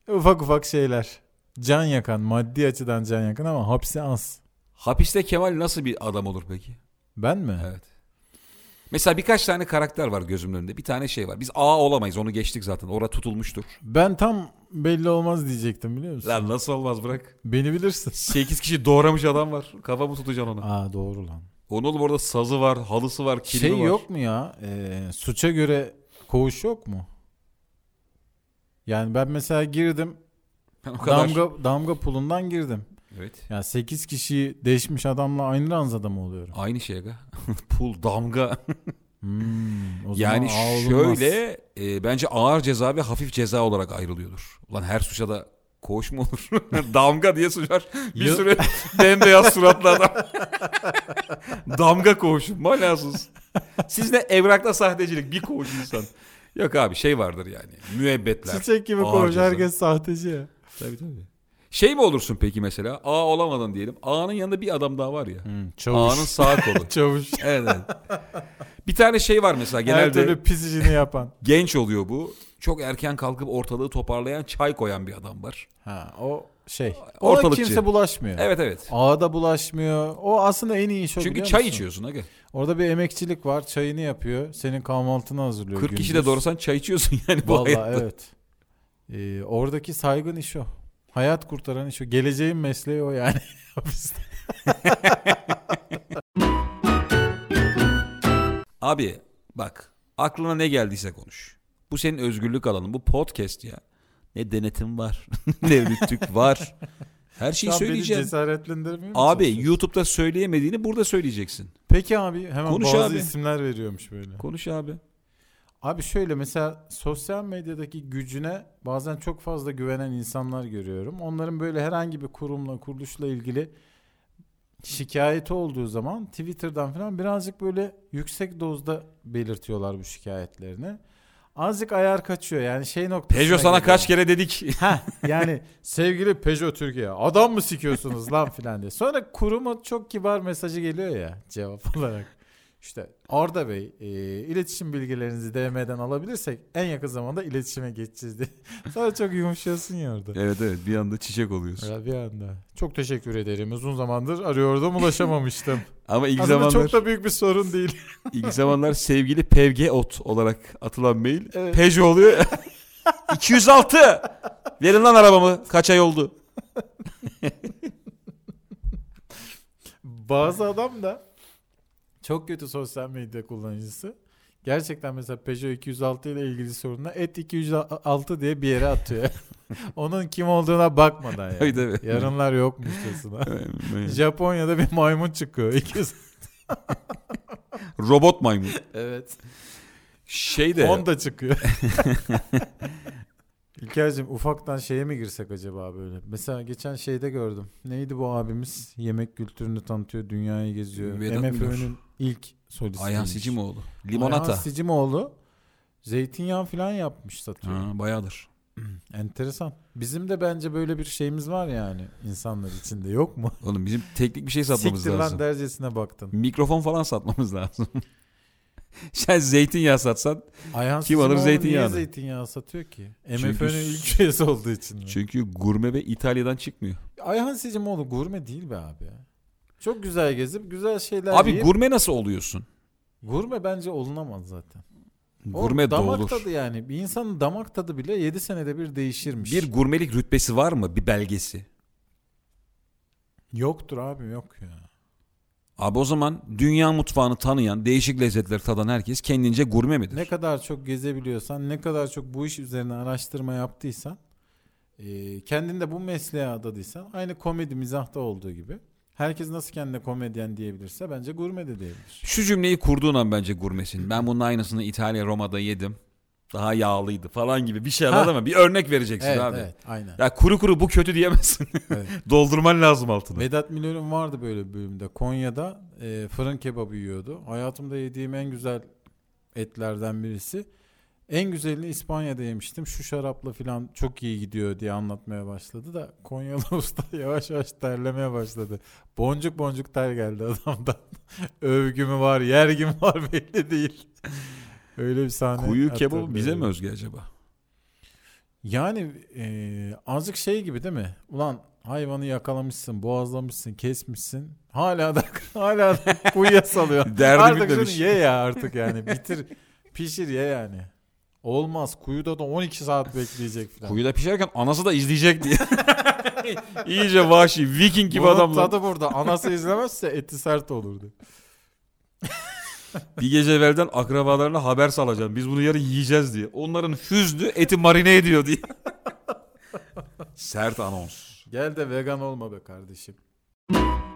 B: Ufak ufak şeyler. Can yakan, maddi açıdan can yakan ama hapsi az.
A: Hapiste Kemal nasıl bir adam olur peki?
B: Ben mi?
A: Evet. Mesela birkaç tane karakter var gözümün önünde. Bir tane şey var. Biz A olamayız. Onu geçtik zaten. Ora tutulmuştur.
B: Ben tam belli olmaz diyecektim biliyor musun?
A: Lan nasıl olmaz bırak.
B: Beni bilirsin.
A: 8 kişi doğramış adam var. Kafamı tutacaksın ona.
B: Aa doğru lan.
A: Onun oğlum orada sazı var, halısı var, kilimi
B: şey
A: var.
B: yok mu ya? Ee, suça göre koğuş yok mu? Yani ben mesela girdim.
A: <laughs> O kadar.
B: Damga, damga pulundan girdim.
A: Evet.
B: Yani 8 kişiyi değişmiş adamla aynı ranzada mı oluyorum?
A: Aynı şey aga. <laughs> Pul, damga.
B: Hmm, o
A: Yani
B: zaman ağır olmaz.
A: şöyle e, bence ağır ceza ve hafif ceza olarak ayrılıyordur. Lan her suça da koğuş mu olur? <laughs> damga diye suç var. Bir
B: Yıl- <laughs>
A: sürü bembeyaz suratlı adam. damga koğuşu manasız. Siz de evrakta sahtecilik bir koğuş insan. Yok abi şey vardır yani müebbetler.
B: Çiçek gibi
A: Ağır
B: kovuş
A: ceza.
B: herkes sahteci ya.
A: Tabii tabii. Şey mi olursun peki mesela? A olamadın diyelim. A'nın yanında bir adam daha var ya.
B: Hmm, çavuş.
A: A'nın sağ
B: <laughs>
A: kolu.
B: çavuş.
A: evet, evet. Bir tane şey var mesela genelde.
B: Her türlü pis işini yapan.
A: Genç oluyor bu. Çok erken kalkıp ortalığı toparlayan, çay koyan bir adam var.
B: <laughs> Ha o şey. Ona
A: Ortalıkçı.
B: kimse bulaşmıyor.
A: Evet evet.
B: Ağda bulaşmıyor. O aslında en iyi iş o
A: Çünkü
B: biliyor
A: çay
B: musun?
A: içiyorsun aga.
B: Orada bir emekçilik var. Çayını yapıyor. Senin kahvaltını hazırlıyor.
A: 40 kişi de
B: gündüz.
A: doğrasan çay içiyorsun <laughs> yani bu hayatta.
B: Vallahi evet. Ee, oradaki saygın iş o. Hayat kurtaran iş o. Geleceğin mesleği o yani. Hapiste.
A: Abi bak aklına ne geldiyse konuş. Bu senin özgürlük alanın. Bu podcast ya. Ne denetim var. <laughs> ne rütük var. Her şeyi
B: Sen
A: şey
B: beni
A: söyleyeceğim.
B: cesaretlendirmiyor musun?
A: Abi YouTube'da söyleyemediğini burada söyleyeceksin.
B: Peki abi hemen
A: Konuş
B: bazı
A: abi.
B: isimler veriyormuş böyle.
A: Konuş abi.
B: Abi şöyle mesela sosyal medyadaki gücüne bazen çok fazla güvenen insanlar görüyorum. Onların böyle herhangi bir kurumla, kuruluşla ilgili şikayeti olduğu zaman Twitter'dan falan birazcık böyle yüksek dozda belirtiyorlar bu şikayetlerini. Azıcık ayar kaçıyor yani şey noktasına
A: Peugeot sana
B: geliyor.
A: kaç kere dedik.
B: Yani sevgili Peugeot Türkiye adam mı sikiyorsunuz lan filan diye. Sonra kuruma çok kibar mesajı geliyor ya cevap <laughs> olarak. İşte Arda Bey e, iletişim bilgilerinizi DM'den alabilirsek en yakın zamanda iletişime geçeceğiz diye. <laughs> Sonra çok yumuşuyorsun ya orada.
A: Evet evet bir anda çiçek oluyorsun.
B: Ya bir anda. Çok teşekkür ederim. Uzun zamandır arıyordum ulaşamamıştım.
A: Ama ilk
B: Aslında
A: zamanlar
B: çok da büyük bir sorun değil.
A: ilk zamanlar sevgili PVG ot olarak atılan mail
B: Evet.
A: Peugeot oluyor. <laughs> 206 verin lan arabamı kaç ay oldu.
B: Bazı adam da çok kötü sosyal medya kullanıcısı. Gerçekten mesela Peugeot 206 ile ilgili sorununa et 206 diye bir yere atıyor. <laughs> Onun kim olduğuna bakmadan yani.
A: Tabii, tabii.
B: Yarınlar yokmuşçasına. Japonya'da bir maymun çıkıyor. 200
A: <laughs> Robot maymun.
B: <laughs> evet.
A: Şey de
B: Honda çıkıyor. <laughs> İlker'cim ufaktan şeye mi girsek acaba böyle? Mesela geçen şeyde gördüm. Neydi bu abimiz? Yemek kültürünü tanıtıyor, dünyayı geziyor.
A: Vedat
B: MFÖ'nün ilk solisti.
A: Ayhan Sicimoğlu. Limonata.
B: Ayhan Sicimoğlu zeytinyağı falan yapmış satıyor.
A: Ha, bayağıdır.
B: Enteresan. Bizim de bence böyle bir şeyimiz var yani insanlar içinde yok mu?
A: Oğlum bizim teknik bir şey satmamız
B: <laughs> Siktir
A: lazım.
B: lan dercesine baktın.
A: Mikrofon falan satmamız lazım. <laughs> Sen zeytinyağı satsan
B: Ayhan
A: Kim alır
B: Sicimoğlu niye
A: zeytinyağını?
B: zeytinyağı satıyor ki?
A: Çünkü-
B: MFÖ'nün ilk üyesi olduğu için mi?
A: çünkü gurme ve İtalya'dan çıkmıyor.
B: Ayhan Sicimoğlu gurme değil be abi. Çok güzel gezip güzel şeyler
A: Abi
B: yiyip-
A: gurme nasıl oluyorsun?
B: gurme bence olunamaz zaten. O
A: Gurme
B: damak
A: doğulur.
B: tadı yani. Bir insanın damak tadı bile 7 senede bir değişirmiş.
A: Bir gurmelik rütbesi var mı? Bir belgesi.
B: Yoktur abi yok ya.
A: Abi o zaman dünya mutfağını tanıyan, değişik lezzetleri tadan herkes kendince gurme midir?
B: Ne kadar çok gezebiliyorsan, ne kadar çok bu iş üzerine araştırma yaptıysan, e, kendini de bu mesleğe adadıysan, aynı komedi mizahta olduğu gibi. Herkes nasıl kendine komedyen diyebilirse bence gurme de diyebilir.
A: Şu cümleyi kurduğun an bence gurmesin. Ben bunun aynısını İtalya Roma'da yedim. Daha yağlıydı falan gibi bir şey
B: Ha.
A: anladın mı? Bir örnek vereceksin
B: Evet,
A: abi.
B: evet, aynen.
A: Ya kuru kuru bu kötü diyemezsin.
B: Evet.
A: <laughs> Doldurman lazım altını.
B: Vedat Milor'un vardı böyle bir bölümde. Konya'da e, fırın kebabı yiyordu. Hayatımda yediğim en güzel etlerden birisi. En güzelini İspanya'da yemiştim. Şu şarapla falan çok iyi gidiyor diye anlatmaya başladı da Konyalı <laughs> usta yavaş yavaş terlemeye başladı. Boncuk boncuk ter geldi adamdan. <laughs> Övgü mü var, yergi mi var belli değil. Öyle bir sahne.
A: Kuyu kebabı
B: hatırlıyorum.
A: bize mi özgü acaba?
B: Yani e, azıcık şey gibi değil mi? Ulan hayvanı yakalamışsın, boğazlamışsın, kesmişsin. Hala da <laughs> hala da kuyuya salıyor.
A: <laughs> Derdi
B: artık şunu
A: bitmemiş.
B: ye ya artık yani. Bitir, <laughs> pişir ye yani. Olmaz. Kuyuda da 12 saat bekleyecek falan.
A: Kuyuda pişerken anası da izleyecek diye. <laughs> İyice vahşi viking gibi
B: Bunun
A: adamlar.
B: tadı burada. Anası izlemezse eti sert olurdu.
A: Bir gece evvelden akrabalarına haber salacaksın. Biz bunu yarın yiyeceğiz diye. Onların hüznü eti marine ediyor diye. <laughs> Sert anons.
B: Gel de vegan olma be kardeşim.